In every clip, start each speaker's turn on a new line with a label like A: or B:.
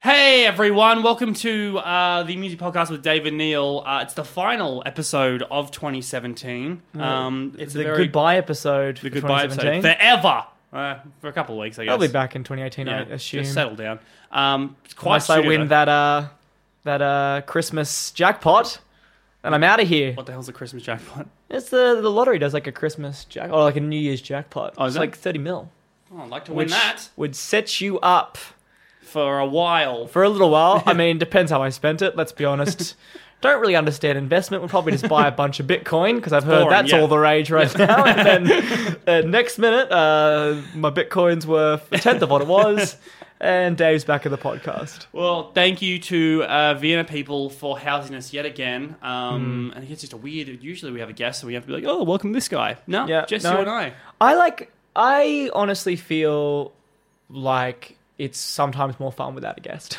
A: Hey everyone, welcome to uh, the music podcast with David Neal. Uh, it's the final episode of 2017. Um, it's
B: the
A: a very
B: goodbye episode.
A: the
B: for
A: goodbye episode
B: 2017.
A: forever uh, for a couple of weeks, I guess.
B: I'll be back in 2018. I assume.
A: Just settle down. Um, it's quite
B: Unless I
A: soon,
B: win
A: though.
B: that uh that uh Christmas jackpot, and I'm out of here.
A: What the hell's a Christmas jackpot?
B: It's the the lottery does like a Christmas jack or like a New Year's jackpot.
A: Oh, is
B: it's
A: it?
B: like 30 mil,
A: Oh, I'd like to
B: which
A: win that
B: would set you up
A: for a while.
B: for a little while. I mean, depends how I spent it. Let's be honest. Don't really understand investment. We'll probably just buy a bunch of Bitcoin because I've heard
A: boring,
B: that's
A: yeah.
B: all the rage right now. And then uh, next minute, uh, my Bitcoin's worth a tenth of what it was, and Dave's back in the podcast.
A: Well, thank you to uh, Vienna people for housing us yet again.
B: Hmm.
A: Um, And it's just a weird. Usually we have a guest, and we have to be like, "Oh, welcome this guy." No,
B: Yeah,
A: just
B: no.
A: you and I.
B: I like. I honestly feel like it's sometimes more fun without a guest.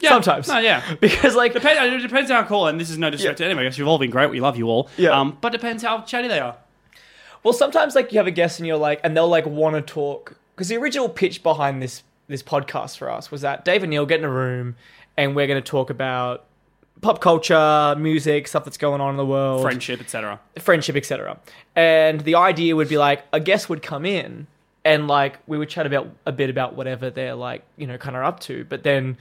A: Yeah.
B: Sometimes,
A: No, yeah.
B: because like
A: Depend, it depends how cool, and this is no disrespect to anybody. Because you've all been great. We love you all.
B: Yeah.
A: Um, but depends how chatty they are.
B: Well, sometimes like you have a guest and you're like, and they'll like want to talk because the original pitch behind this this podcast for us was that Dave and Neil get in a room and we're going to talk about pop culture, music, stuff that's going on in the world,
A: Friendship, etc.
B: friendship, etc. And the idea would be like a guest would come in and like we would chat about a bit about whatever they're like, you know, kind of up to, but then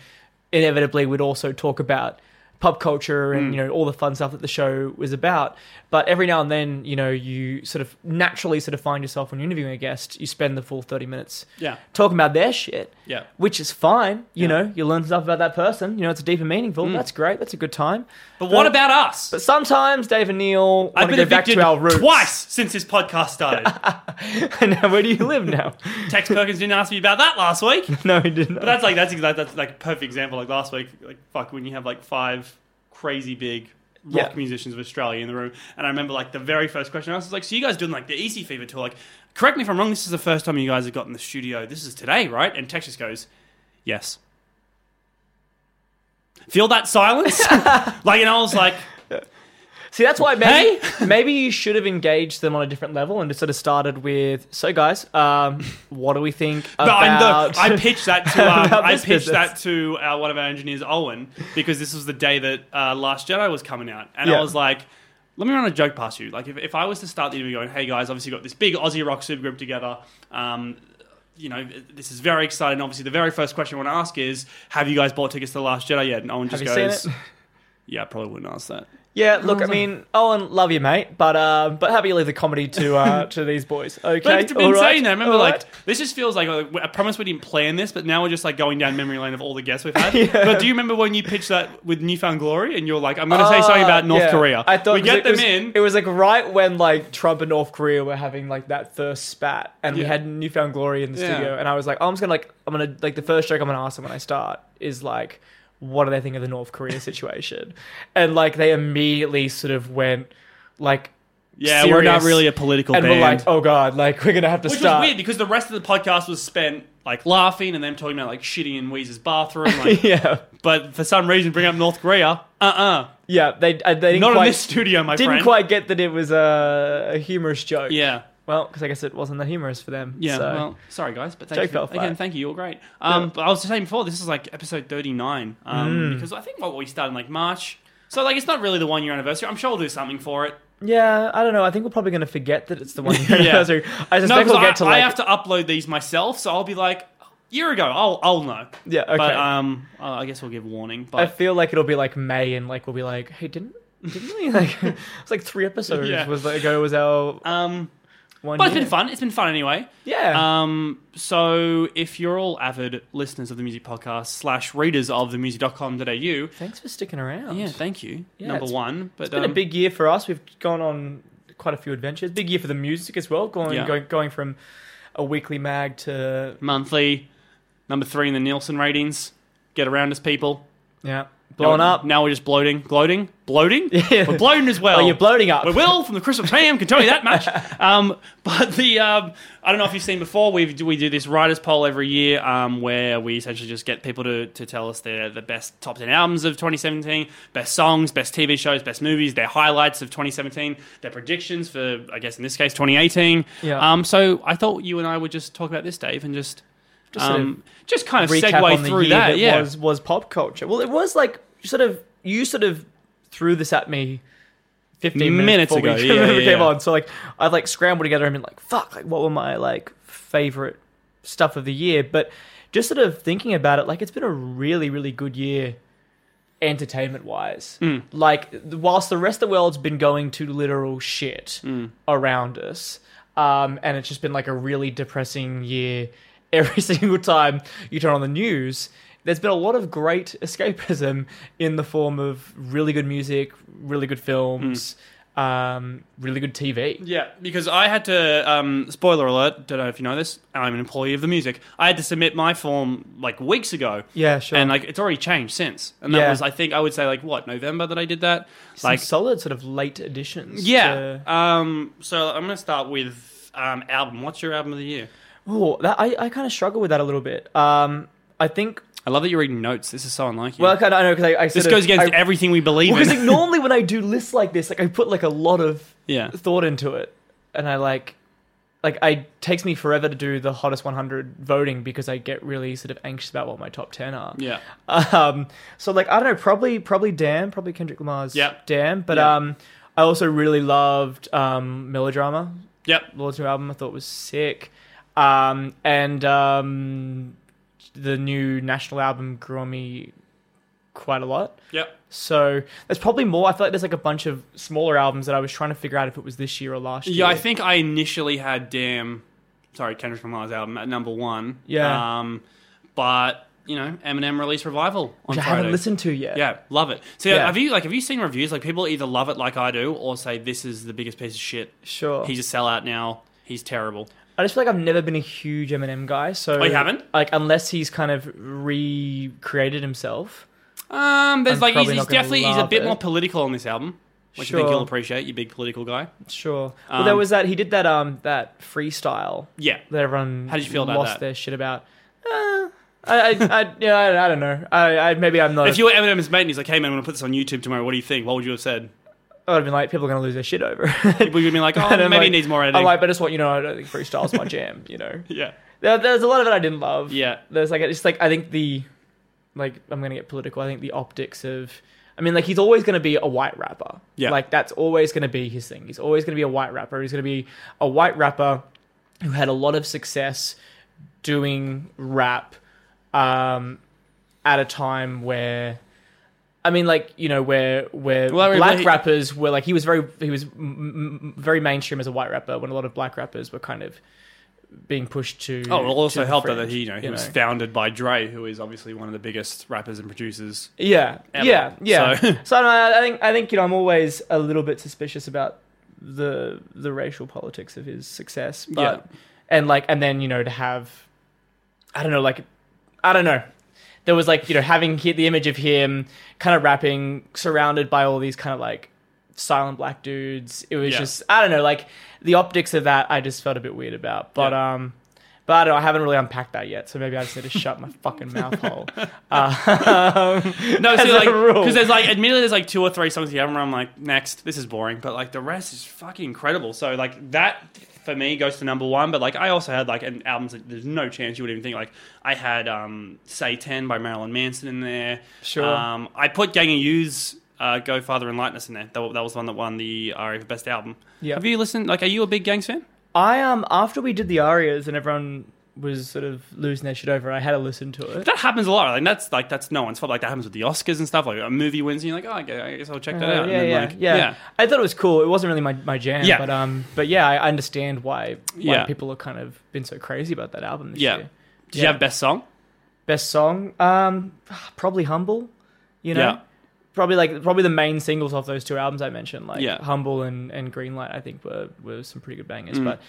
B: inevitably we'd also talk about pop culture
A: Hmm.
B: and you know all the fun stuff that the show was about but every now and then you know you sort of naturally sort of find yourself when you're interviewing a guest you spend the full 30 minutes
A: Yeah.
B: talking about their shit
A: Yeah.
B: which is fine
A: Yeah.
B: you
A: Hmm.
B: know you learn stuff about that person you know it's deep and meaningful that's great that's a good time
A: But what about us?
B: but sometimes Dave and Neil
A: I've
B: want to
A: been
B: go back
A: evicted
B: to our roots.
A: twice since this podcast started.
B: now, where do you live now?
A: Tex Perkins didn't ask me about that last week.
B: no, he didn't.
A: But that's like that's exact that's like a perfect example. Like last week, like fuck, when you have like five crazy big rock
B: Yeah.
A: musicians of Australia in the room, and I remember like the very first question I asked was like, "So you guys doing like the EC Fever tour? Like, correct me if I'm wrong. This is the first time you guys have got in the studio. This is today, right?" And Texas goes, "Yes." Feel that silence? like, and I was like,
B: See, that's why maybe maybe you should have engaged them on a different level and just sort of started with. So, guys, um, what do we think
A: No,
B: about?
A: I know. I pitched that to um,
B: about
A: I
B: this
A: pitched
B: business.
A: that to uh, one of our engineers, Owen, because this was the day that uh, Last Jedi was coming out, and I
B: Yeah.
A: was like, "Let me run a joke past you." Like, if, if I was to start the interview going, "Hey guys, obviously got this big Aussie rock supergroup together." Um, you know, this is very exciting. Obviously, the very first question I want to ask is, "Have you guys bought tickets to The Last Jedi yet?" And Owen
B: Have
A: just
B: you seen
A: goes,
B: it?
A: "Yeah, I probably wouldn't ask that."
B: Yeah, look, I mean, Owen, love you, mate, but uh, but happy to leave the comedy to uh, to these boys. Okay,
A: But it's been
B: all right,
A: saying that. I remember,
B: all
A: like,
B: right.
A: this just feels like uh, I promise we didn't plan this, but now we're just like going down memory lane of all the guests we've had. But do you remember when you pitched that with Newfound Glory and you're like, I'm going to say something
B: Ah,
A: about North
B: yeah.
A: Korea?
B: I thought
A: we
B: 'cause
A: get
B: it
A: them
B: was-
A: in.
B: It was like right when like Trump and North Korea were having like that first spat, and we
A: Yeah.
B: had newfound glory in the
A: Yeah.
B: studio. And I was like, oh, I'm just gonna like I'm gonna like the first joke I'm gonna ask them when I start is like, what do they think of the North Korea situation? and like they immediately sort of went like,
A: yeah, we're not
B: serious.
A: really a political
B: and
A: band.
B: we're like, oh god, like we're gonna have to
A: Which
B: start.
A: was weird because the rest of the podcast was spent like laughing and them talking about like shitting in Weezer's bathroom. Like,
B: yeah,
A: but for some reason, bring up North Korea. Uh uh
B: yeah. They uh, they didn't
A: Not
B: quite
A: in this studio, my
B: didn't
A: friend.
B: quite get that it was a, a humorous joke.
A: Yeah.
B: Well, because I guess it wasn't that humorous for them.
A: Yeah,
B: so.
A: well, sorry guys, but
B: Joke
A: thank you.
B: fell
A: again.
B: flat.
A: Thank you. You're great. Um, But I was saying before, this is like episode 39 um,
B: Mm.
A: because I think what we started in like March, so like it's not really the one year anniversary. I'm sure we'll do something for it.
B: Yeah, I don't know. I think we're probably going to forget that it's the one year
A: Yeah.
B: anniversary. I
A: No,
B: suspect
A: because
B: we'll
A: I,
B: get to
A: I
B: like
A: have to upload these myself, so I'll be like year ago. I'll I'll know.
B: yeah. Okay.
A: But um, uh, I guess we'll give warning.
B: I
A: But
B: feel like it'll be like May and like we'll be like, hey, didn't didn't we like? it's like three episodes
A: Yeah.
B: was like, ago was our
A: um,
B: one.
A: but it's
B: year.
A: been fun. It's been fun anyway.
B: Yeah.
A: Um, so if you're all avid listeners of the music podcast slash readers of the music.com.au,
B: Thanks for sticking around.
A: yeah, thank you.
B: Yeah,
A: number
B: it's-
A: one. But
B: it's been
A: um,
B: a big year for us. We've gone on quite a few adventures. Big year for the music as well. Going
A: Yeah.
B: going, going from a weekly mag to
A: monthly. Number three in the Nielsen ratings. Get around us, people.
B: yeah blowing
A: Now-
B: up.
A: Now we're just bloating. Gloating? Bloating?
B: Yeah.
A: We're bloating as well.
B: Oh, you're bloating up.
A: We will from the Christmas ham can tell you that much. Um, but the um, I don't know if you've seen before. We we do this writers poll every year um, where we essentially just get people to, to tell us their the best top ten albums of 2017, best songs, best TV shows, best movies, their highlights of 2017, their predictions for I guess in this case 2018.
B: Yeah.
A: Um, so I thought you and I would just talk about this, Dave, and just
B: Just sort
A: Um, just kind of
B: recap on
A: segue
B: the
A: through
B: year
A: that.
B: that
A: yeah,
B: was was pop culture. Well, it was like sort of you sort of threw this at me. 15
A: Minutes
B: minutes, before
A: ago,
B: we
A: yeah, yeah,
B: came
A: yeah.
B: on. So like I like scrambled together and been like, fuck, like what were my like favorite stuff of the year? But just sort of thinking about it, like it's been a really, really good year entertainment wise. Like th- whilst the rest of the world's been going to literal shit around us, um, and it's just been like a really depressing year. Every single time you turn on the news, there's been a lot of great escapism in the form of really good music, really good films, um, really good TV.
A: Yeah, because I had to. Um, spoiler alert! Don't know if you know this. I'm an employee of the music. I had to submit my form like weeks ago.
B: Yeah, sure.
A: and like it's already changed since. And that
B: Yeah.
A: was, I think, I would say like what November that I did that.
B: Like
A: Like
B: solid sort of late additions.
A: yeah.
B: to-
A: Um, so I'm gonna start with um, album. What's your album of the year?
B: Ooh, Oh, that I, I kind of struggle with that a little bit. Um, I think
A: I love that you're reading notes. This is so unlike you.
B: well, I kind of know because I, I
A: this
B: sort of-
A: goes against
B: I-
A: everything we believe
B: Because like,
A: in.
B: normally when I do lists like this, like I put like a lot of
A: yeah.
B: thought into it, and I like, like I takes me forever to do the hottest 100 voting because I get really sort of anxious about what my top 10 are.
A: Yeah.
B: Um. So like I don't know, probably probably Damn, probably Kendrick Lamar's
A: Yeah.
B: Damn, but
A: Yeah.
B: um, I also really loved um Melodrama,
A: Yep.
B: Lord's new album. I thought was sick. Um and um, the new national album grew on me quite a lot.
A: Yep.
B: So there's probably more. I feel like there's like a bunch of smaller albums that I was trying to figure out if it was this year or last year.
A: Yeah, I think I initially had Damn, sorry, Kendrick Lamar's album at number one.
B: Yeah.
A: Um, but you know, Eminem released Revival on
B: which I
A: Friday.
B: haven't listened to yet.
A: Yeah, love it. So
B: Yeah.
A: have you like have you seen reviews? Like people either love it like I do, or say this is the biggest piece of shit.
B: sure.
A: He's a sellout now. He's terrible.
B: I just feel like I've never been a huge Eminem guy. So
A: Oh, you haven't?
B: Like unless he's kind of recreated himself.
A: Um, there's like he's,
B: I'm probably
A: he's
B: not gonna
A: definitely he's a
B: love
A: bit
B: it.
A: more political on this album, which I think
B: Sure.
A: you'll appreciate. You big political guy.
B: Sure.
A: Um,
B: well, there was that he did that um that freestyle
A: Yeah.
B: that everyone
A: How did you feel about
B: lost
A: that?
B: their shit about. Uh, I, I, I yeah I, I don't know. I, I maybe I'm not.
A: If you were Eminem's mate and he's like, "Hey man, I'm gonna put this on YouTube tomorrow. What do you think?" What would you have said?
B: I would have been like people are gonna lose their shit over.
A: People would have been like, "Oh,
B: And
A: maybe
B: I'm
A: he
B: like-
A: needs more
B: I'm
A: editing."
B: like, but I just want you to know, I don't think freestyle's my jam. You know.
A: yeah.
B: There, there's a lot of it I didn't love.
A: Yeah.
B: There's like it's just like I think the like I'm gonna get political. I think the optics of I mean like he's always gonna be a white rapper.
A: Yeah.
B: Like that's always gonna be his thing. He's always gonna be a white rapper. He's gonna be a white rapper who had a lot of success doing rap um at a time where I mean, like you know, where where
A: Well, I mean,
B: black
A: but he-
B: rappers were like he was very he was m- m- very mainstream as a white rapper when a lot of black rappers were kind of being pushed to.
A: Oh, it also
B: to the
A: helped that
B: fringe,
A: he, you know, he was founded by Dre, who is obviously one of the biggest rappers and producers.
B: yeah,
A: ever.
B: yeah, yeah.
A: So-
B: So, I, don't know, I think I think you know I'm always a little bit suspicious about the the racial politics of his success, but and like and then you know to have, I don't know, like I don't know. There was like you know having he- the image of him kind of rapping, surrounded by all these kind of like silent black dudes. It was
A: Yeah.
B: just I don't know, like the optics of that. I just felt a bit weird about, but um. But I don't know, I haven't really unpacked that yet, so maybe I just need to shut my fucking mouth hole. Um,
A: No,
B: As
A: so
B: a
A: like,
B: rule.
A: because there's like, admittedly, there's like two or three songs here, and I'm like, next, this is boring, but like the rest is fucking incredible. So like that for me goes to number one, but like I also had like an albums that there's no chance you would even think. Like I had um, "Say Ten" by Marilyn Manson in there.
B: Sure.
A: Um, I put Gang of You's uh, "Go Father and Lightness" in there. That, that was one that won the RA for Best Album.
B: Yeah.
A: Have you listened? Like, are you a big Gangs fan?
B: I um after we did the arias and everyone was sort of losing their shit over, I had to listen to it.
A: That happens a lot. Like that's like that's no one's fault. Like that happens with the Oscars and stuff. Like a movie wins, and you're like, oh, okay, I guess I'll check that
B: Uh,
A: out.
B: yeah,
A: and
B: yeah,
A: like,
B: yeah, I thought it was cool. It wasn't really my, my jam,
A: Yeah.
B: but um, but yeah, I I understand why why
A: Yeah.
B: people have kind of been so crazy about that album this
A: Yeah.
B: year.
A: Did you
B: Yeah.
A: have best song?
B: Best song, um, probably humble. You know,
A: Yeah.
B: probably like probably the main singles off those two albums I mentioned, like
A: Yeah.
B: humble and and Greenlight. I think were were some pretty good bangers,
A: Mm.
B: but.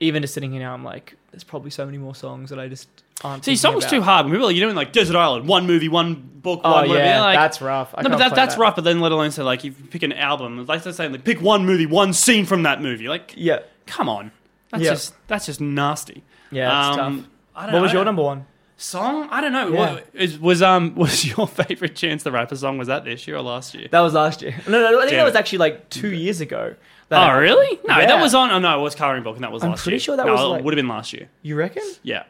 B: Even just sitting here now, I'm like, there's probably so many more songs that I just aren't.
A: See,
B: thinking
A: songs
B: about.
A: too hard. When people are like, you're doing like Desert Island, one movie, one book, one
B: Oh
A: whatever.
B: yeah,
A: you're like,
B: that's rough. I
A: no, but
B: can't
A: that,
B: play
A: that's
B: that.
A: rough. But then let alone say like, if you pick an album, like they're saying, like pick one movie, one scene from that movie. Like,
B: Yeah,
A: come on, that's
B: Yeah.
A: just that's just nasty.
B: yeah,
A: Um,
B: it's tough.
A: I don't know,
B: What was
A: I
B: your
A: don't-
B: number one?
A: song? I don't know.
B: Yeah.
A: What, is, was um was your favorite Chance the Rapper song? Was that this year or last year?
B: That was last year. No, no, no I think
A: Damn
B: that was
A: it.
B: actually like two years ago. That
A: Oh,
B: I-
A: really? No,
B: Yeah.
A: that was on. Oh, no, it was Coloring Book, and that was
B: I'm
A: last year.
B: pretty sure that
A: No,
B: was,
A: it
B: like-
A: would have been last year.
B: You reckon?
A: Yeah.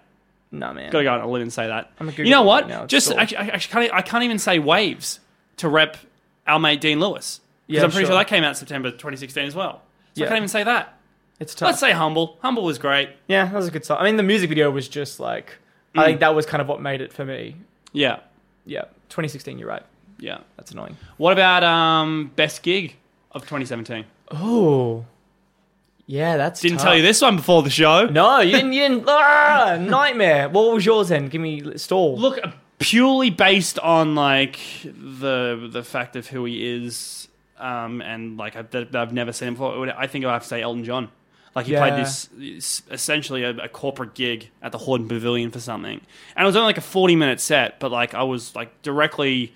B: Nah, man.
A: Gotta go out on a limb and say that.
B: I'm a Google
A: you know what?
B: right now, it's
A: Just
B: cool.
A: actually, I, I can't, e, I can't even say waves to rep our mate Dean Lewis because
B: Yeah,
A: I'm pretty sure.
B: sure.
A: that came out September 2016 as well. So
B: Yeah.
A: I can't even say that.
B: It's tough.
A: Let's say humble. Humble was great.
B: yeah, that was a good song. I mean, the music video was just like,
A: Mm.
B: I think that was kind of what made it for me.
A: Yeah,
B: Yeah, 2016. You're right.
A: yeah.
B: That's annoying.
A: What about um best gig of 2017?
B: Oh, yeah, that's
A: Didn't
B: tough.
A: tell you this one before the show.
B: No, you didn't. You didn't. Ah, nightmare. What was yours then? Give me stall.
A: Look, uh, purely based on like the the fact of who he is, um, and like I've, that I've never seen him before. I would- I think I have to say Elton John. Like he
B: Yeah.
A: played this s- essentially a, a corporate gig at the Horton Pavilion for something, and it was only like a forty minute set, but like I was like directly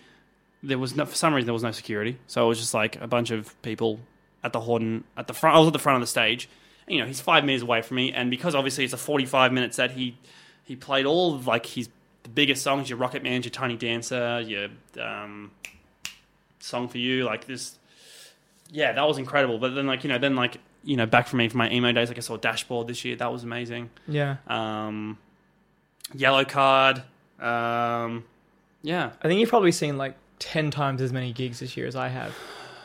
A: there was no for some reason there was no security, so it was just like a bunch of people at the Horton at the front. I was at the front of the stage. And, you know, he's five meters away from me, and because obviously it's a forty-five minute set, he he played all of like his the biggest songs: your Rocket Man, your Tiny Dancer, your um, song for you, like this. Yeah, that was incredible. But then, like you know, then like you know, back from me from my emo days, like I saw Dashboard this year. That was amazing.
B: Yeah,
A: Um, Yellow Card. Um, yeah,
B: I think you've probably seen like ten times as many gigs this year as I have.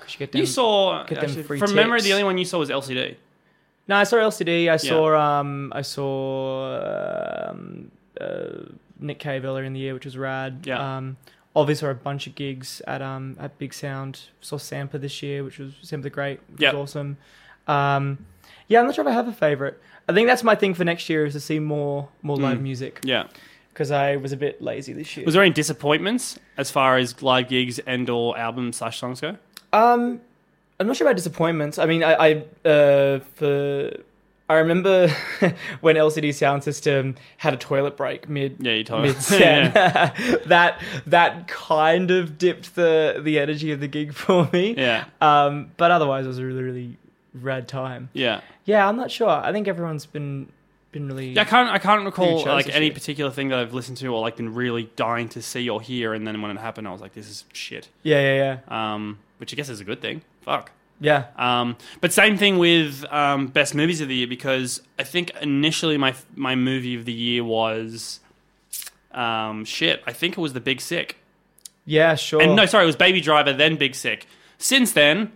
B: 'Cause you get
A: you
B: them-
A: saw
B: get them
A: actually,
B: free
A: from memory.
B: tips.
A: The only one you saw was LCD.
B: No, I saw LCD. I saw um, I saw um, uh, Nick Cave earlier in the year, which was rad.
A: Yeah.
B: Um, obviously, saw a bunch of gigs at um at Big Sound. Saw Sampa this year, which was Sampa the Great, which
A: Yeah.
B: was awesome. Um, yeah, I'm not sure if I have a favorite. I think that's my thing for next year is to see more more live music
A: Yeah.
B: because I was a bit lazy this year.
A: Mm. Was there any disappointments as far as live gigs and or album slash songs go?
B: Um, I'm not sure about disappointments. I mean, I, I uh, for I remember when LCD Sound System had a toilet break mid
A: Yeah, you told me.
B: mid set. that that kind of dipped the the energy of the gig for me.
A: yeah.
B: Um, but otherwise, it was a really really rad time.
A: Yeah.
B: Yeah, I'm not sure. I think everyone's been been really
A: Yeah, I can't. I can't recall
B: chose
A: like
B: this
A: any
B: year?
A: particular thing that I've listened to or like been really dying to see or hear, and then when it happened, I was like, "This is shit."
B: yeah yeah yeah
A: Um, which I guess is a good thing. Fuck.
B: yeah.
A: Um, but same thing with um, best movies of the year because I think initially my my movie of the year was um, shit. I think it was The Big Sick.
B: Yeah, sure.
A: And no, sorry, it was Baby Driver, then Big Sick. Since then,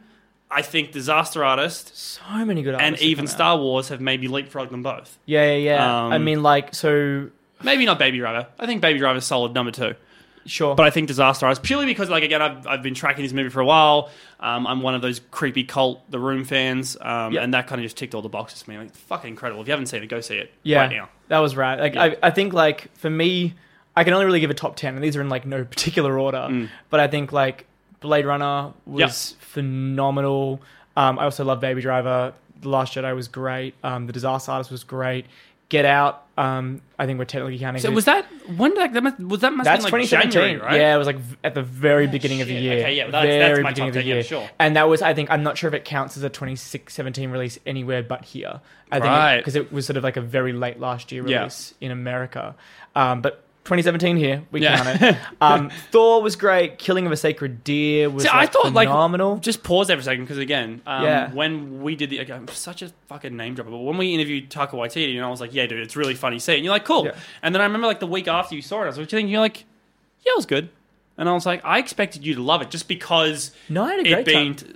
A: I think Disaster Artist
B: so many good
A: and
B: artists have
A: even
B: come out.
A: Star Wars have maybe leapfrogged them both.
B: Yeah, yeah, yeah. I
A: Um,
B: mean, like, so
A: Maybe not Baby Driver. I think Baby Driver's solid number two.
B: sure.
A: But I think Disaster Artist, purely because, like, again, I've, I've been tracking this movie for a while. Um, I'm one of those creepy cult The Room fans, um,
B: Yeah.
A: and that kind of just ticked all the boxes for me. Like, fucking incredible. If you haven't seen it, go see it
B: Yeah,
A: right now.
B: that was right. Like
A: Yeah.
B: I, I think like for me, I can only really give a top ten, and these are in like no particular order.
A: Mm.
B: But I think like Blade Runner was phenomenal. Um, I also love Baby Driver. The Last Jedi was great. Um, the Disaster Artist was great. Get Out. Um, I think we're technically counting.
A: So
B: it.
A: was that when did that, that must, was that must
B: That's
A: have been like
B: 2017,
A: January, right?
B: Yeah, it was like v- at the very beginning of the
A: shit.
B: year.
A: Okay, yeah, well, that's- that's
B: Very
A: my
B: beginning
A: top
B: of the
A: ten, yeah,
B: year.
A: sure.
B: And that was, I think, I'm not sure if it counts as a 2017 release anywhere but here. I
A: Right.
B: Because it, was sort of like a very late last year
A: Yeah.
B: release in America. Um, but 2017 here, we
A: Yeah.
B: count it. Um, Thor was great. Killing of a Sacred Deer was
A: See, I
B: like,
A: thought, like,
B: phenomenal.
A: Just pause there for a second because again, um,
B: Yeah.
A: when we did the okay, I'm such a fucking name dropper, but when we interviewed Taka Waititi, and I was like, "Yeah, dude, it's really funny scene." And you're like, "Cool."
B: Yeah.
A: And then I remember like the week after you saw it, I was like, "What you think?" You're like, "Yeah, it was good." And I was like, "I expected you to love it just because
B: no, I had a
A: it
B: great
A: being."
B: time.
A: t-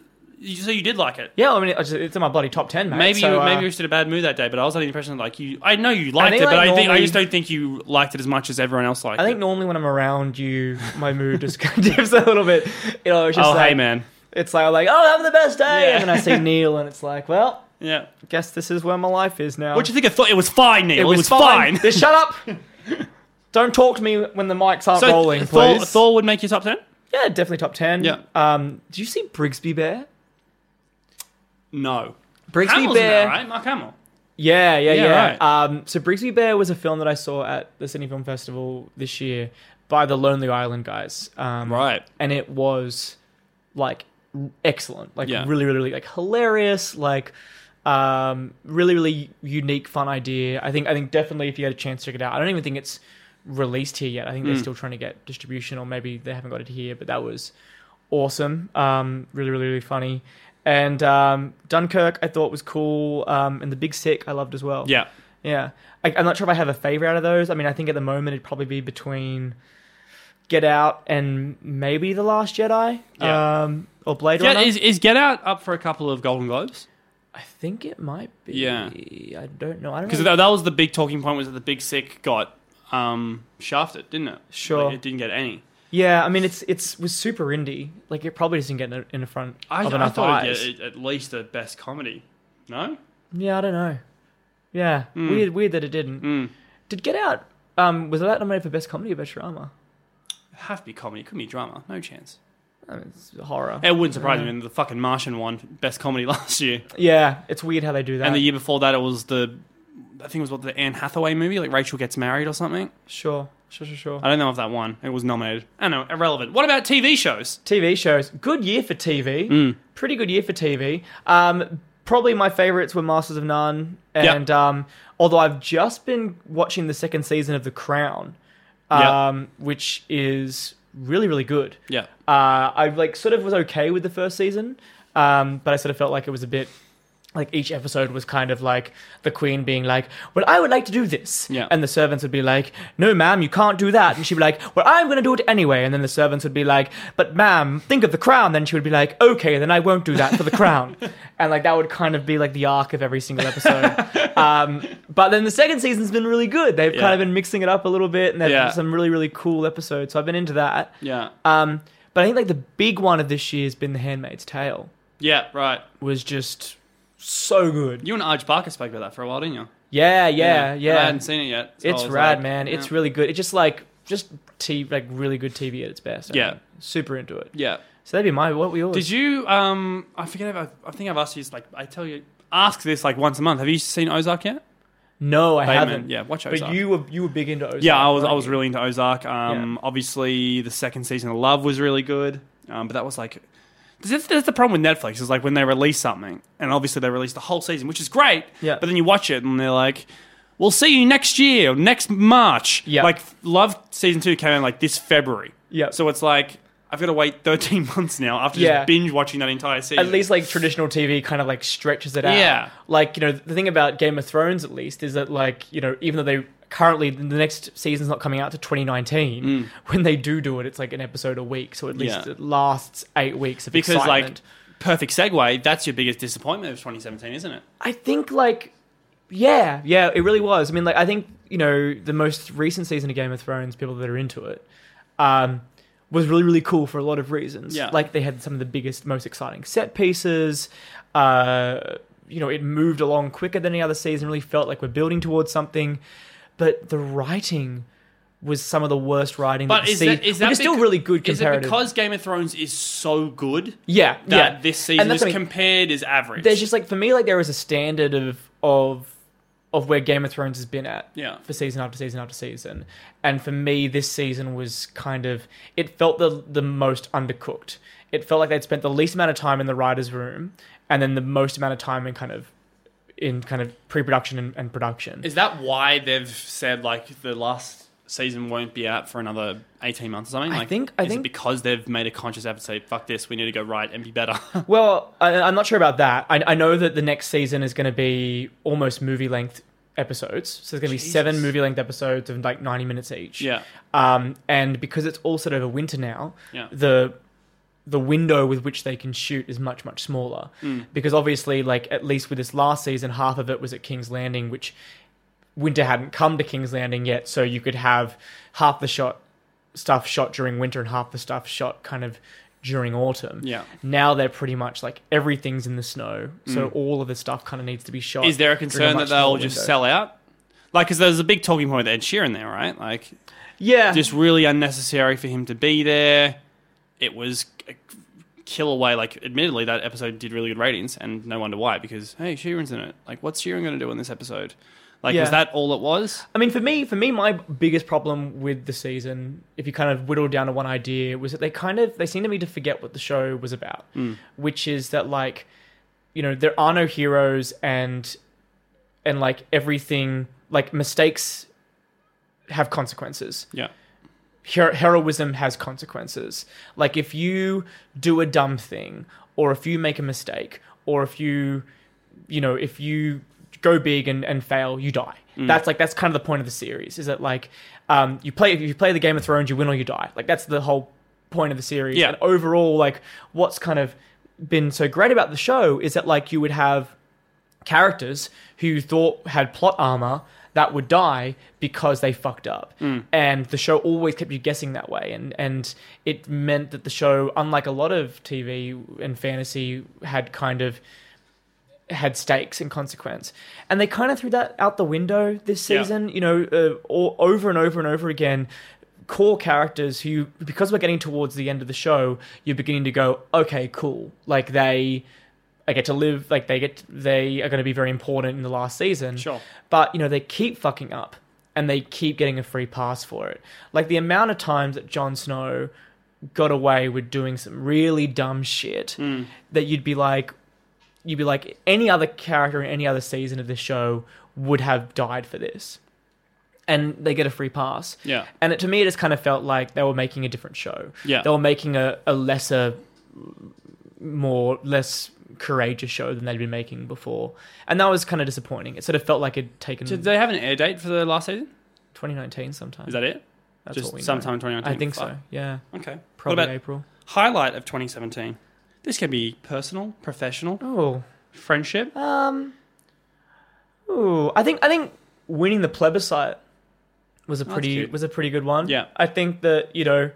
A: so you did like it.
B: Yeah, I mean, it's it's in my bloody top 10, mate.
A: Maybe
B: so,
A: you,
B: uh,
A: maybe you were just in a bad mood that day, but I was under the impression like you. I know you liked
B: think,
A: it, but
B: like,
A: I think I
B: normally-
A: just don't think you liked it as much as everyone else liked
B: I think
A: it.
B: normally when I'm around you, my mood just kind of dips a little bit. You know, it's just
A: Oh,
B: like,
A: hey man,
B: It's like, like, oh, have the best day.
A: Yeah.
B: And then I see Neil, and it's like, well,
A: yeah.
B: guess this is where my life is now.
A: What do you think? I thought it was fine, Neil. It, was, fine.
B: Just shut up. Don't talk to me when the mics aren't
A: So
B: rolling,
A: Thor,
B: please.
A: Thor would make your top ten.
B: yeah, definitely top 10.
A: Yeah.
B: Um, did you see Brigsby Bear?
A: No.
B: Brigsby
A: Hamill's in
B: Bear.
A: that, right? Mark Hamill.
B: Yeah, yeah,
A: Yeah,
B: yeah.
A: right.
B: Um, so Brigsby Bear was a film that I saw at the Sydney Film Festival this year by the Lonely Island guys. Um,
A: Right.
B: and it was like excellent like
A: Yeah.
B: really really really, like hilarious like um really really unique fun idea i think i think definitely if you had a chance to check it out i don't even think it's released here yet i think they're still trying to get distribution or maybe they haven't got it here but that was awesome um really really really funny and um dunkirk i thought was cool um and the big sick i loved as well
A: Yeah.
B: Yeah, I, I'm not sure if I have a favorite out of those. I mean, I think at the moment it'd probably be between Get Out and maybe The Last Jedi,
A: Yeah.
B: um, or Blade
A: Get,
B: Runner.
A: is, is Get Out up for a couple of Golden Globes?
B: I think it might be.
A: Yeah.
B: I don't know. I don't
A: Because
B: know.
A: that, that was the big talking point was that the Big Sick got um, shafted, didn't it?
B: Sure.
A: Like, it didn't get any.
B: yeah, I mean, it's it's was super indie. Like it probably doesn't get in, in front
A: I,
B: of
A: I
B: enough
A: thought
B: eyes.
A: it'd get at least a best comedy. No?
B: Yeah, I don't know. Yeah,
A: Hmm.
B: weird, weird that it didn't.
A: Mm.
B: Did Get Out? Um, was that nominated for best comedy or best drama?
A: Have to be comedy. It couldn't be drama. No chance.
B: I mean, it's horror.
A: It wouldn't surprise me. And the fucking Martian won best comedy last year,
B: yeah, it's weird how they do that.
A: and the year before that it was the, I think it was what the Anne Hathaway movie, like Rachel gets married or something.
B: sure, sure, sure, sure.
A: I don't know if that won. It was nominated. I don't know. Irrelevant. What about TV shows?
B: TV shows. Good year for TV.
A: Mm.
B: Pretty good year for TV. Um, probably my favorites were Masters of None,
A: Yeah.
B: and um, although I've just been watching the second season of The Crown,
A: Yeah.
B: um, which is really, really good.
A: Yeah.
B: Uh, I like sort of was okay with the first season, um, but I sort of felt like it was a bit like each episode was kind of like the queen being like, "Well, I would like to do this,"
A: Yeah.
B: and the servants would be like, "No, ma'am, you can't do that," and she'd be like, "Well, I'm going to do it anyway," and then the servants would be like, "But ma'am, think of the crown," then she would be like, "Okay, then I won't do that for the crown," and like that would kind of be like the arc of every single episode. um, but then the second season's been really good. They've
A: Yeah.
B: kind of been mixing it up a little bit, and they've
A: Yeah.
B: some really really cool episodes. So I've been into that.
A: Yeah.
B: Um, but I think like the big one of this year has been The Handmaid's Tale.
A: Yeah. Right.
B: Was just so good.
A: You and Arj Barker spoke about that for a while, didn't you?
B: Yeah, yeah, yeah.
A: And I hadn't seen it yet. so
B: it's
A: I was
B: rad,
A: like,
B: man. It's
A: yeah.
B: really good. It's just like just t like really good TV at its best. I
A: Yeah.
B: think. super into it.
A: Yeah.
B: So that'd be my what we all.
A: Did you? Um, I forget. If I, I think I've asked you. this, Like, I tell you, ask this like once a month. Have you seen Ozark yet?
B: No, I
A: Bateman,
B: haven't.
A: yeah, watch
B: But
A: Ozark.
B: you were you were big into Ozark.
A: Yeah, I was. I
B: weren't
A: was
B: you?
A: really into Ozark. Um,
B: Yeah.
A: obviously the second season of Love was really good. Um, but that was like, that's, that's the problem with Netflix is like when they release something, and obviously they release the whole season, which is great.
B: Yeah.
A: But then you watch it, and they're like, "We'll see you next year, or next March."
B: Yeah.
A: Like Love season two came out like this February.
B: Yeah.
A: So it's like I've got to wait thirteen months now after
B: Yeah.
A: just binge watching that entire season.
B: At least like traditional TV kind of like stretches it out.
A: Yeah.
B: Like, you know, the thing about Game of Thrones at least is that like, you know, even though they currently the next season's not coming out to 2019, when they do do it, it's like an episode a week. So at least
A: Mm. Yeah.
B: it lasts 8 weeks of
A: because
B: excitement.
A: like perfect segue. That's your biggest disappointment of 2017, isn't it?
B: I think like yeah, yeah, it really was. I mean, like I think you know the most recent season of Game of Thrones, people that are into it, um, was really really cool for a lot of reasons.
A: Yeah.
B: like they had some of the biggest, most exciting set pieces. Uh, you know, it moved along quicker than any other season. Really felt like we're building towards something, but the writing was some of the worst writing.
A: But
B: that you
A: is
B: see,
A: that is that
B: which is still
A: becau-
B: really good
A: Is it
B: comparative.
A: because Game of Thrones is so good
B: yeah,
A: that
B: yeah.
A: this
B: And
A: season
B: that's
A: is
B: what I mean.
A: compared is average?
B: there's just like for me like there is a standard of of of where Game of Thrones has been at
A: Yeah.
B: for season after season after season, and for me this season was kind of it felt the the most undercooked. It felt like they'd spent the least amount of time in the writers' room, and then the most amount of time in kind of in kind of pre-production and, and production.
A: is that why they've said like the last season won't be out for another 18 months or something?
B: I
A: Like,
B: think- I
A: is it
B: think-
A: because they've made a conscious effort to say fuck this, we need to go right and be better.
B: Well, I, I'm not sure about that. I, I know that the next season is going to be almost movie length episodes. So there's going to be
A: Jesus.
B: seven movie length episodes of like 90 minutes each.
A: Yeah.
B: Um, and because it's all sort of a winter now,
A: Yeah.
B: the the window with which they can shoot is much much smaller
A: Hmm.
B: because obviously like at least with this last season half of it was at King's Landing which winter hadn't come to King's Landing yet so you could have half the shot stuff shot during winter and half the stuff shot kind of during autumn
A: Yeah.
B: now they're pretty much like everything's in the snow so all of the stuff kind of needs to be shot
A: Hmm. is there a
B: during
A: concern
B: much
A: that they'll
B: smaller
A: just
B: window.
A: sell out? Like, because there's a big talking point with Ed Sheeran there, right? Like,
B: yeah
A: just really unnecessary for him to be there. It was a kill away. Like, admittedly, that episode did really good ratings, and no wonder why. Because hey, Sheeran's in it. Like, what's Sheeran going to do in this episode? Like,
B: Yeah.
A: was that all it was?
B: I mean, for me, for me, my biggest problem with the season, if you kind of whittle down to one idea, was that they kind of they seem to me to forget what the show was about, which is that like, you know, there are no heroes and and like everything like mistakes have consequences
A: Yeah,
B: her- heroism has consequences. Like if you do a dumb thing, or if you make a mistake, or if you, you know, if you go big and, and fail, you die. That's like that's kind of the point of the series is that like um, you play if you play the Game of Thrones, you win or you die. Like that's the whole point of the series.
A: Yeah.
B: And overall, like what's kind of been so great about the show is that like you would have characters who you thought had plot armor that would die because they fucked up. And the show always kept you guessing that way. And, and it meant that the show, unlike a lot of TV and fantasy, had kind of had stakes and consequence. And they kind of threw that out the window this
A: Yeah.
B: season, you know, uh, all, over and over and over again. Core characters who, because we're getting towards the end of the show, you're beginning to go, okay, cool. Like they, I get to live. Like they get, they are going to be very important in the last season.
A: Sure.
B: But you know, they keep fucking up, and they keep getting a free pass for it. Like the amount of times that Jon Snow got away with doing some really dumb shit that you'd be like, you'd be like, any other character in any other season of this show would have died for this. And they get a free pass.
A: Yeah.
B: And it, to me, it just kind of felt like they were making a different show.
A: Yeah.
B: They were making a, a lesser, more, less courageous show than they'd been making before. And that was kind of disappointing. It sort of felt like it'd taken
A: Did they have an air date for the last season?
B: 2019 sometime.
A: Is that it?
B: That's
A: Just
B: what we know.
A: sometime 2019.
B: I think so.
A: Fuck.
B: Yeah.
A: Okay.
B: Probably
A: what about
B: April.
A: highlight of 2017? This can be personal, professional,
B: Oh.
A: friendship.
B: Um. Ooh, I think I think winning the plebiscite was a
A: That's
B: pretty
A: cute.
B: was a pretty good one.
A: Yeah.
B: I think that you know,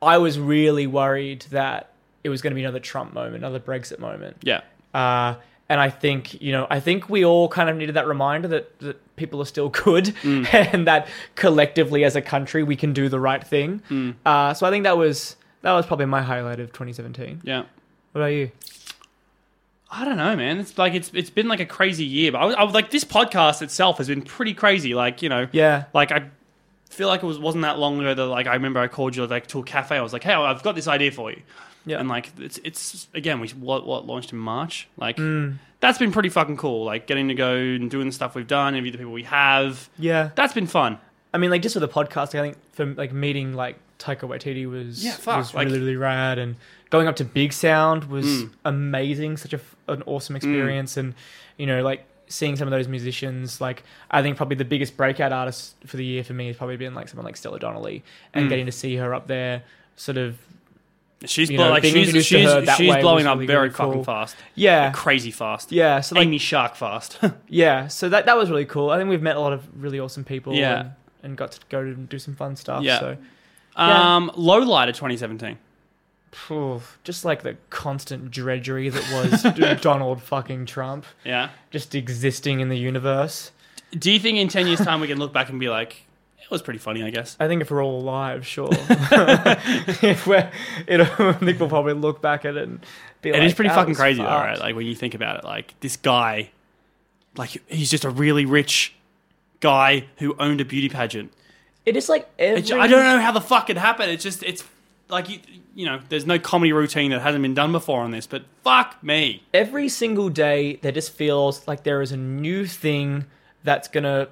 B: I was really worried that it was going to be another Trump moment, another Brexit moment.
A: Yeah.
B: Uh, and I think you know, I think we all kind of needed that reminder that, that people are still good, and that collectively as a country we can do the right thing. Uh, so I think that was that was probably my highlight of 2017.
A: Yeah.
B: What about you?
A: I don't know, man. It's like it's it's been like a crazy year, but I was, I was like this podcast itself has been pretty crazy. Like you know,
B: Yeah.
A: Like I feel like it was wasn't that long ago that like I remember I called you like to a cafe. I was like, hey, I've got this idea for you.
B: Yeah.
A: And like it's it's again we what what launched in March. Like
B: Hmm.
A: that's been pretty fucking cool. Like getting to go and doing the stuff we've done, interview the people we have.
B: Yeah.
A: That's been fun.
B: I mean, like just with the podcast, I think for like meeting like Taika Waititi was
A: Yeah, fuck,
B: was
A: like-
B: really really rad, and going up to Big Sound was
A: Mm.
B: amazing, such a f an awesome experience, and you know like seeing some of those musicians. Like I think probably the biggest breakout artist for the year for me has probably been like someone like Stella Donnelly,
A: Mm.
B: and getting to see her up there, sort of
A: She's
B: You
A: blow,
B: know,
A: like
B: being
A: she's
B: introduced to
A: she's,
B: her that
A: she's
B: way
A: blowing
B: was
A: up
B: really,
A: very
B: really cool.
A: fucking fast,
B: yeah
A: crazy fast.
B: yeah. So like
A: Amy Shark fast.
B: yeah, so that that was really cool. I think we've met a lot of really awesome people.
A: Yeah.
B: And, and got to go and do some fun stuff.
A: Yeah.
B: So Yeah.
A: um, low light of 2017.
B: Phew, just like the constant drudgery that was Donald fucking Trump
A: Yeah.
B: just existing in the universe.
A: Do you think in 10 years' time we can look back and be like, it was pretty funny, I guess?
B: I think if we're all alive, sure. if we're, it, I think we'll probably look back at it and be
A: It
B: like,
A: is pretty
B: "That
A: fucking
B: was
A: crazy, though,
B: fucked."
A: right? Like, when you think about it, like, this guy, like, he's just a really rich guy who owned a beauty pageant.
B: it is like every,
A: It ju- I don't know how the fuck it happened. It's just, it's like, you, you know, there's no comedy routine that hasn't been done before on this, but fuck me.
B: every single day there just feels like there is a new thing that's gonna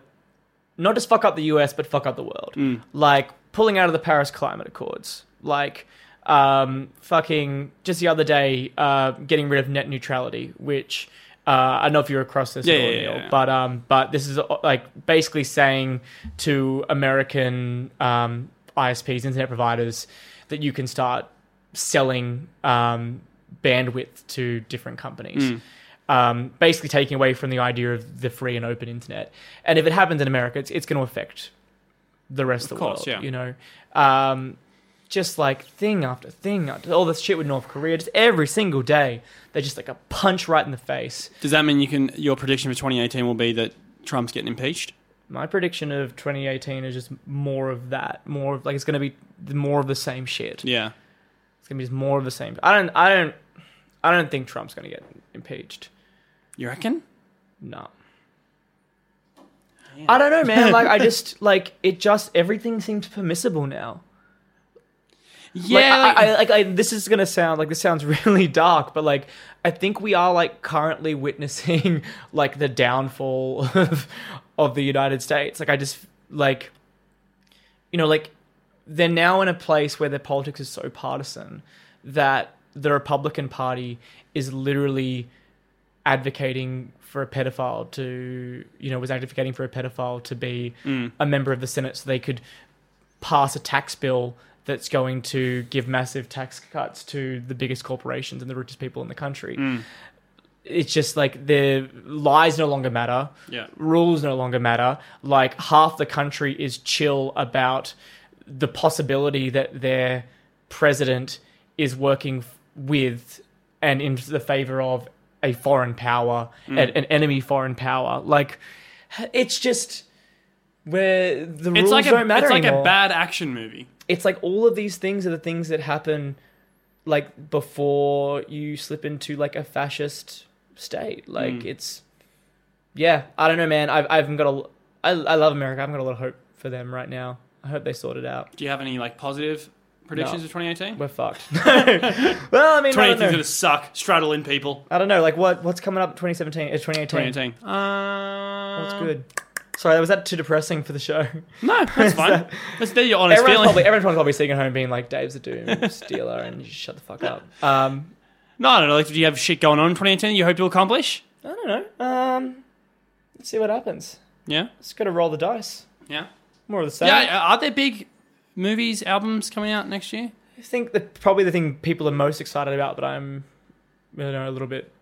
B: not just fuck up the US but fuck up the world.
A: Mm.
B: Like pulling out of the Paris Climate Accords. Like um, fucking just the other day, uh, getting rid of net neutrality, which uh, I don't know if you're across this
A: Yeah,
B: at all,
A: yeah, yeah,
B: Neil,
A: yeah.
B: but um, but this is uh, like basically saying to American um, ISPs, internet providers, that you can start selling um, bandwidth to different companies.
A: Mm.
B: Um, basically, taking away from the idea of the free and open internet. And if it happens in America, it's, it's going to affect the rest of, the
A: course,
B: world.
A: yeah.
B: You know, um, just like thing after thing, after, all this shit with North Korea, just every single day, they're just like a punch right in the face.
A: Does that mean you can, your prediction for 2018 will be that Trump's getting impeached?
B: My prediction of 2018 is just more of that, more of like it's going to be the- more of the same shit.
A: Yeah.
B: It's going to be just more of the same. I don't, I don't, I don't think Trump's going to get impeached.
A: You reckon?
B: No. I don't know, man. Like, I just like it. Just everything seems permissible now. Like,
A: Yeah.
B: I, I, like I, this is gonna sound like this sounds really dark, but like I think we are like currently witnessing like the downfall of of the United States. Like, I just like, you know, like they're now in a place where their politics is so partisan that the Republican Party is literally advocating for a pedophile to, you know, was advocating for a pedophile to be a member of the Senate so they could pass a tax bill that's going to give massive tax cuts to the biggest corporations and the richest people in the country.
A: Mm.
B: It's just like the lies no longer matter.
A: Yeah.
B: Rules no longer matter. Like half the country is chill about the possibility that their president is working f- with and in the favor of a foreign power,
A: Mm.
B: an, an enemy foreign power. Like it's just where the rules
A: It's like
B: don't
A: a
B: matter
A: it's like
B: anymore
A: a bad action movie.
B: it's like all of these things are the things that happen like before you slip into like a fascist state like it's yeah i don't know man i've, I haven't got a I, I love america i haven't got a lot of hope for them right now i hope they sort it out
A: Do you have any like positive predictions
B: No.
A: of 2018?
B: we're fucked well i mean I don't,
A: 2018 is
B: know.
A: gonna suck. Straddle in people.
B: I don't know like what what's coming up 2017 it's 2018
A: 2018. Um,
B: that's good sorry that was that too depressing for the show
A: No, that's fine. Let's do your honest
B: everyone's
A: feeling.
B: probably, everyone's probably sitting at home being like dave's a doom stealer and you shut the fuck up um
A: no, I don't know. Like, do you have shit going on in 2018 you hope to accomplish?
B: I don't know. Um, let's see what happens.
A: Yeah,
B: Just got to roll the dice.
A: yeah,
B: More of the same.
A: yeah. Are there big movies, albums coming out next year?
B: I think that probably the thing people are most excited about, but I'm, I don't know, a little bit,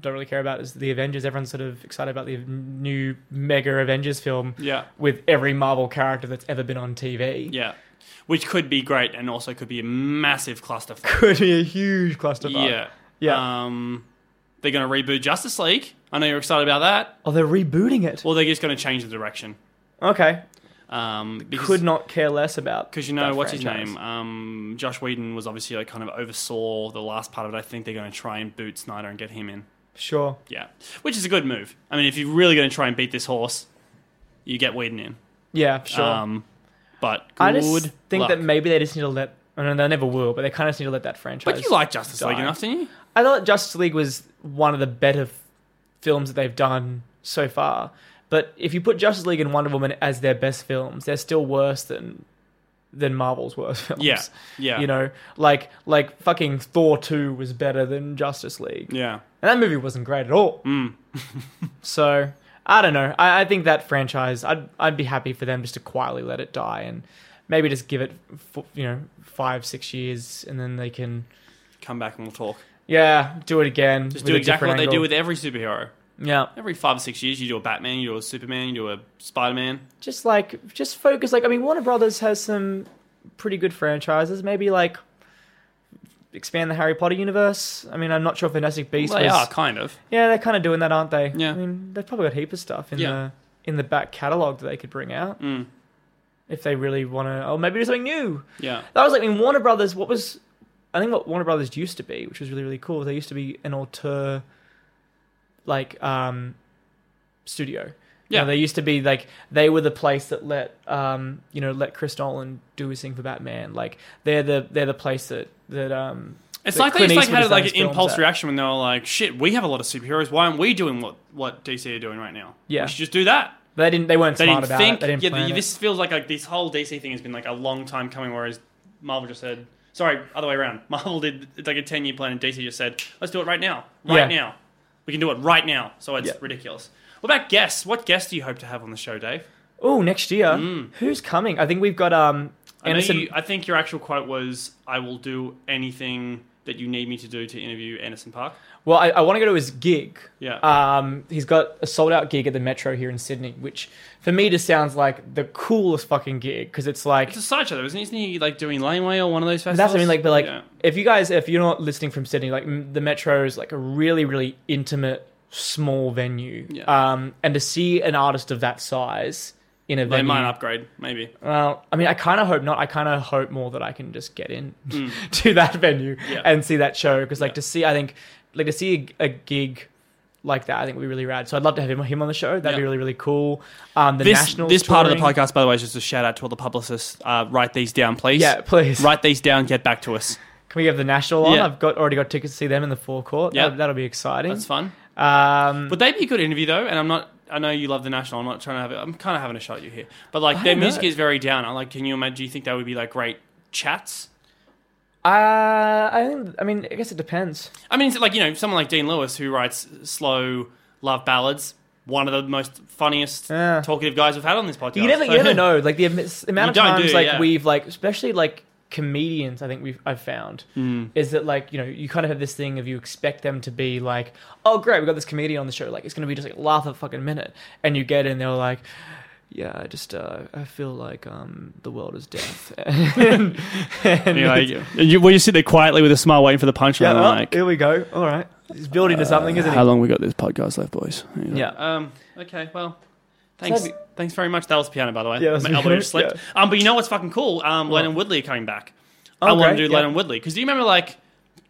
B: don't really care about is the Avengers. Everyone's sort of excited about the new mega Avengers film
A: Yeah,
B: with every Marvel character that's ever been on TV.
A: yeah. Which could be great and also could be a massive clusterfuck.
B: Could be a huge clusterfuck.
A: Yeah,
B: Yeah.
A: Um, they're gonna reboot Justice League. I know you're excited about that.
B: Oh, they're rebooting it.
A: Well, they're just gonna change the direction.
B: Okay.
A: Um, because,
B: Could not care less about.
A: Because you know
B: that
A: what's
B: franchise.
A: his name, um, Josh Whedon was obviously like kind of oversaw the last part of it. I think they're going to try and boot Snyder and get him in.
B: Sure.
A: Yeah, which is a good move. I mean, if you're really going to try and beat this horse, you get Whedon in.
B: Yeah. Sure.
A: Um, but good
B: I just think
A: luck.
B: that maybe they just need to let. I know they never will, but they kind of just need to let that franchise.
A: But you like Justice League
B: die.
A: enough, didn't you?
B: I thought Justice League was one of the better f- films that they've done so far. But if you put Justice League and Wonder Woman as their best films, they're still worse than than Marvel's worst films.
A: Yeah, yeah,
B: You know, like like fucking Thor two was better than Justice League,
A: yeah.
B: and that movie wasn't great at all.
A: Mm.
B: so I don't know. I, I think that franchise, I'd I'd be happy for them just to quietly let it die and maybe just give it, f- you know, five six years, and then they can
A: Come back and we'll talk.
B: yeah do it again.
A: Just do exactly what they do with every superhero.
B: yeah.
A: Every five or six years, you do a Batman, you do a Superman, you do a Spider Man.
B: just like just focus like i mean warner brothers has some pretty good franchises maybe like expand the harry potter universe i mean i'm not sure if fantastic beasts
A: Well, they are
B: was-
A: kind of.
B: yeah they're kind of doing that aren't they
A: Yeah.
B: i mean they've probably got a heap of stuff in
A: Yeah.
B: the in the back catalog that they could bring out
A: Mm.
B: if they really want to or maybe do something new
A: Yeah,
B: that was like i mean warner brothers what was i think what warner brothers used to be which was really really cool they used to be an auteur like um studio you
A: Yeah.
B: know, they used to be like they were the place that let um you know let Chris Nolan do his thing for Batman. Like they're the they're the place that that um
A: It's
B: that
A: like they
B: Clint
A: just like
B: Eastwood
A: had
B: has done
A: like
B: his
A: an
B: films
A: impulse
B: at.
A: reaction when they were like, "Shit, we have a lot of superheroes. Why aren't we doing what what DC are doing right now?
B: Yeah.
A: we should just do that."
B: They didn't they weren't
A: They
B: smart
A: didn't
B: about
A: think.
B: it. They didn't
A: yeah,
B: plan
A: th-
B: it.
A: this feels like a, this whole DC thing has been like a long time coming, whereas Marvel just said, "Sorry, other way around." Marvel did it's like a ten year plan, and DC just said, "Let's do it right now, right
B: Yeah.
A: now. We can do it right now." So it's
B: Yeah.
A: ridiculous. What about guests? What guests do you hope to have on the show, Dave?
B: Oh, next year. Who's coming? I think we've got um
A: Mm. I, know
B: Anderson
A: you, I think your actual quote was, "I will do anything that you need me to do to interview Anderson Park."
B: Well, I, I want to go to his gig.
A: Yeah.
B: Um, he's got a sold out gig at the Metro here in Sydney, which for me just sounds like the coolest fucking gig because it's like
A: It's a sideshow, though, isn't he? Isn't he like doing Laneway or one of those festivals?
B: that's what I mean. Like, but like,
A: Yeah.
B: if you guys, if you're not listening from Sydney, like m- the Metro is like a really, really intimate, small venue.
A: Yeah.
B: Um, and to see an artist of that size in a
A: they
B: venue,
A: might upgrade, maybe.
B: well, I mean, I kind of hope not. I kind of hope more that I can just get in to that venue
A: Hmm. Yeah.
B: and see that show because, like,
A: Yeah.
B: to see, I think, like, to see a, a gig like that, I think would be really rad. So I'd love to have him, him on the show. That'd be
A: Yeah.
B: really, really cool. Um, the
A: This
B: Nationals
A: this part of the
B: touring.
A: podcast, by the way, is just a shout out to all the publicists. Uh, write these down, please.
B: Yeah, please.
A: Write these down. Get back to us.
B: Can we have the National on?
A: Yeah.
B: I've got already got tickets to see them in the forecourt.
A: Yeah.
B: That, that'll be exciting.
A: That's fun.
B: Um,
A: Would they be a good interview though? And I'm not. I know you love the national. I'm not trying to have it. I'm kind of having a shot at you here. But like
B: I
A: their
B: don't know.
A: music is very down. I like. Can you imagine? Do you think that would be like great chats?
B: Uh, I think. I mean, I guess it depends.
A: I mean, it's like you know, someone like Dean Lewis who writes slow love ballads, one of the most funniest
B: Yeah.
A: talkative guys we've had on this podcast.
B: You never,
A: So-
B: you never know. Like the am- amount of
A: don't do,
B: times, like
A: yeah.
B: we've like, especially like comedians. I think we've I've found
A: Mm.
B: is that like you know you kind of have this thing of you expect them to be like, oh great, we got this comedian on the show. Like it's gonna be just like laugh a fucking minute, and you get in, they're like. Yeah, I just uh, I feel like um the world is death. and, and
A: You're like, you, well, you sit there quietly with a smile, waiting for the punchline.
B: yeah, well,
A: like, uh,
B: here we go. All right, it's building to something, isn't
A: how
B: it?
A: long we got this podcast left, boys?
B: Yeah.
A: Um. Okay. Well. Thanks.
B: That'd
A: Thanks very much. That was piano, by the way.
B: Yeah, that was
A: My elbow
B: piano,
A: just slipped. Um. But you know what's fucking cool? Um. Lennon Woodley coming back. I
B: Oh,
A: want to
B: great,
A: do
B: yeah.
A: Lennon Woodley because do you remember like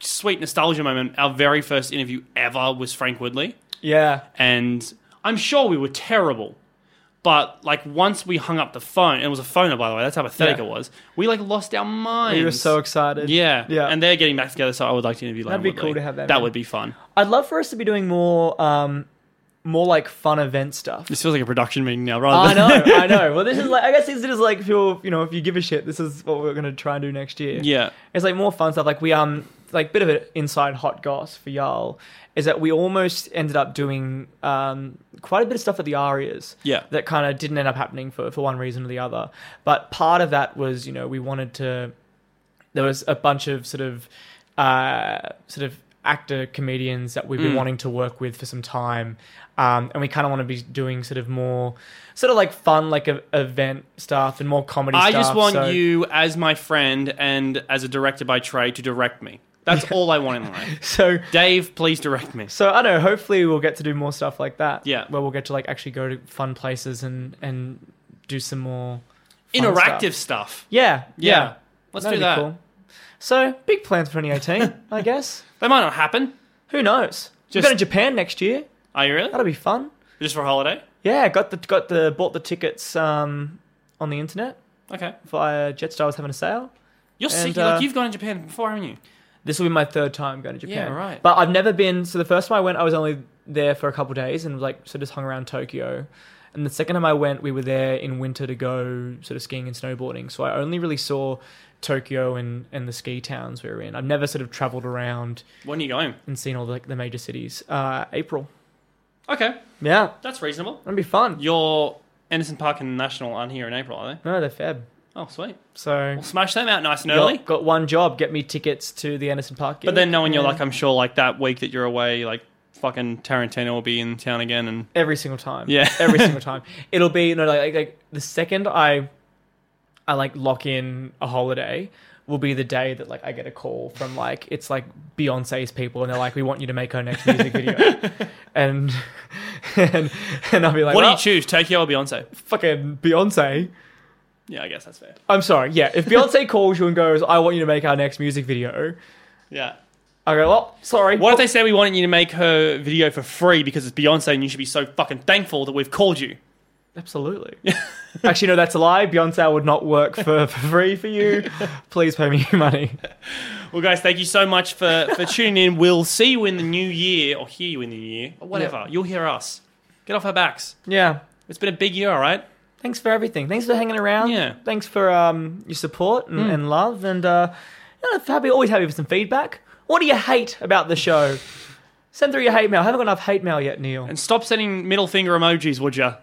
A: sweet nostalgia moment? Our very first interview ever was Frank Woodley,
B: Yeah,
A: and I'm sure we were terrible. But like once we hung up the phone, and it was a phoner by the way. That's how pathetic
B: Yeah.
A: it was. We like lost our minds.
B: we were so excited.
A: Yeah,
B: yeah.
A: And they're getting back together, so I would like to interview. That'd
B: be cool to have that,
A: That
B: man.
A: would be fun.
B: I'd love for us to be doing more, um, more like fun event stuff.
A: This feels like a production meeting now, rather
B: I
A: than
B: know, I know. Well, this is like, I guess this is like, if you're, you know, if you give a shit, this is what we're gonna try and do next year.
A: yeah.
B: it's like more fun stuff. Like we um, like bit of an inside hot goss for y'all is that we almost ended up doing um quite a bit of stuff at the Arias.
A: Yeah.
B: that kind of didn't end up happening for for one reason or the other. But part of that was, you know, we wanted to. There was a bunch of sort of, uh, sort of actor comedians that
A: Mm.
B: we've been wanting to work with for some time, um, and we kind of want to be doing sort of more, sort of like fun like a, event stuff and more comedy.
A: I
B: stuff,
A: just want
B: so-
A: you as my friend and as a director by trade to direct me. That's all I want in life.
B: So
A: Dave, please direct me.
B: So I don't know. Hopefully, we'll get to do more stuff like that.
A: Yeah.
B: where we'll get to like actually go to fun places and and do some more fun
A: Interactive
B: stuff.
A: stuff.
B: Yeah,
A: Yeah.
B: yeah.
A: Let's
B: That'd
A: do
B: be
A: that.
B: cool. So big plans for 2018, I guess.
A: That might not happen.
B: Who knows? We're
A: Just-
B: going to Japan next year.
A: Are you really?
B: That'll be fun.
A: Just for a holiday?
B: Yeah, got the got the bought the tickets um on the internet
A: Okay.
B: via Jetstar was having a sale.
A: You're
B: And,
A: sick. Like,
B: uh,
A: you've gone to Japan before, haven't you?
B: This will be my third time going to Japan.
A: Yeah, right.
B: But I've never been. So the first time I went, I was only there for a couple days and like so just hung around Tokyo. And the second time I went, we were there in winter to go sort of skiing and snowboarding. So I only really saw Tokyo and, and the ski towns we were in. I've never sort of traveled around
A: When are you going?
B: and seen all the, like, the major cities. Uh, April.
A: Okay.
B: Yeah,
A: That's reasonable.
B: that'd be fun.
A: Your Anderson Park and National aren't here in April, are they?
B: No, they're fab.
A: Oh, sweet.
B: So
A: We'll smash them out nice and
B: got-
A: early.
B: Got, one job: get me tickets to the Anderson Park.
A: But
B: gig.
A: then knowing you're
B: Yeah.
A: like, I'm sure like that week that you're away, like fucking Tarantino will be in town again and
B: every single time.
A: Yeah.
B: every single time. It'll be you know like, like like the second I, I like lock in a holiday will be the day that like I get a call from like it's like Beyonce's people and they're like we want you to make her next music video, and and and I'll be like
A: What
B: well,
A: do you choose, Tokyo or Beyonce?
B: fucking Beyonce.
A: Yeah, I guess that's fair.
B: I'm sorry. Yeah, if Beyonce calls you and goes I want you to make our next music video,
A: Yeah.
B: I go well sorry.
A: What if they say we wanted you to make her video for free because it's Beyonce and you should be so fucking thankful that we've called you?
B: Absolutely. Actually, no, that's a lie. Beyonce would not work for, for free for you. Please pay me money.
A: Well, guys, thank you so much for, for tuning in. We'll see you in the new year or hear you in the new year or whatever. You'll hear us. Get off our backs.
B: Yeah.
A: It's been a big year, all right?
B: Thanks for everything. Thanks for hanging around.
A: Yeah.
B: Thanks for um, your support and, and love. And uh, yeah, happy, always happy for some feedback. What do you hate about the show? Send through your hate mail. I haven't got enough hate mail yet, Neil.
A: And stop sending middle finger emojis, would ya?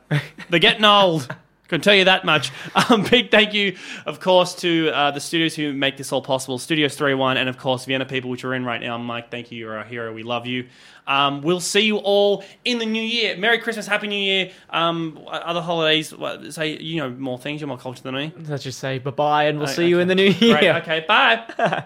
A: They're getting old. Can tell you that much. Um, big thank you, of course, to uh, the studios who make this all possible. Studios 3-1 and, of course, Vienna people, which are in right now. Mike, thank you. You're our hero. We love you. Um, we'll see you all in the new year. Merry Christmas. Happy New Year. Um, other holidays. what- Say, you know, more things. You're more cultured than me.
B: Let's just say bye bye and we'll
A: Oh,
B: see you
A: okay.
B: in the new year.
A: Great. Okay. Bye.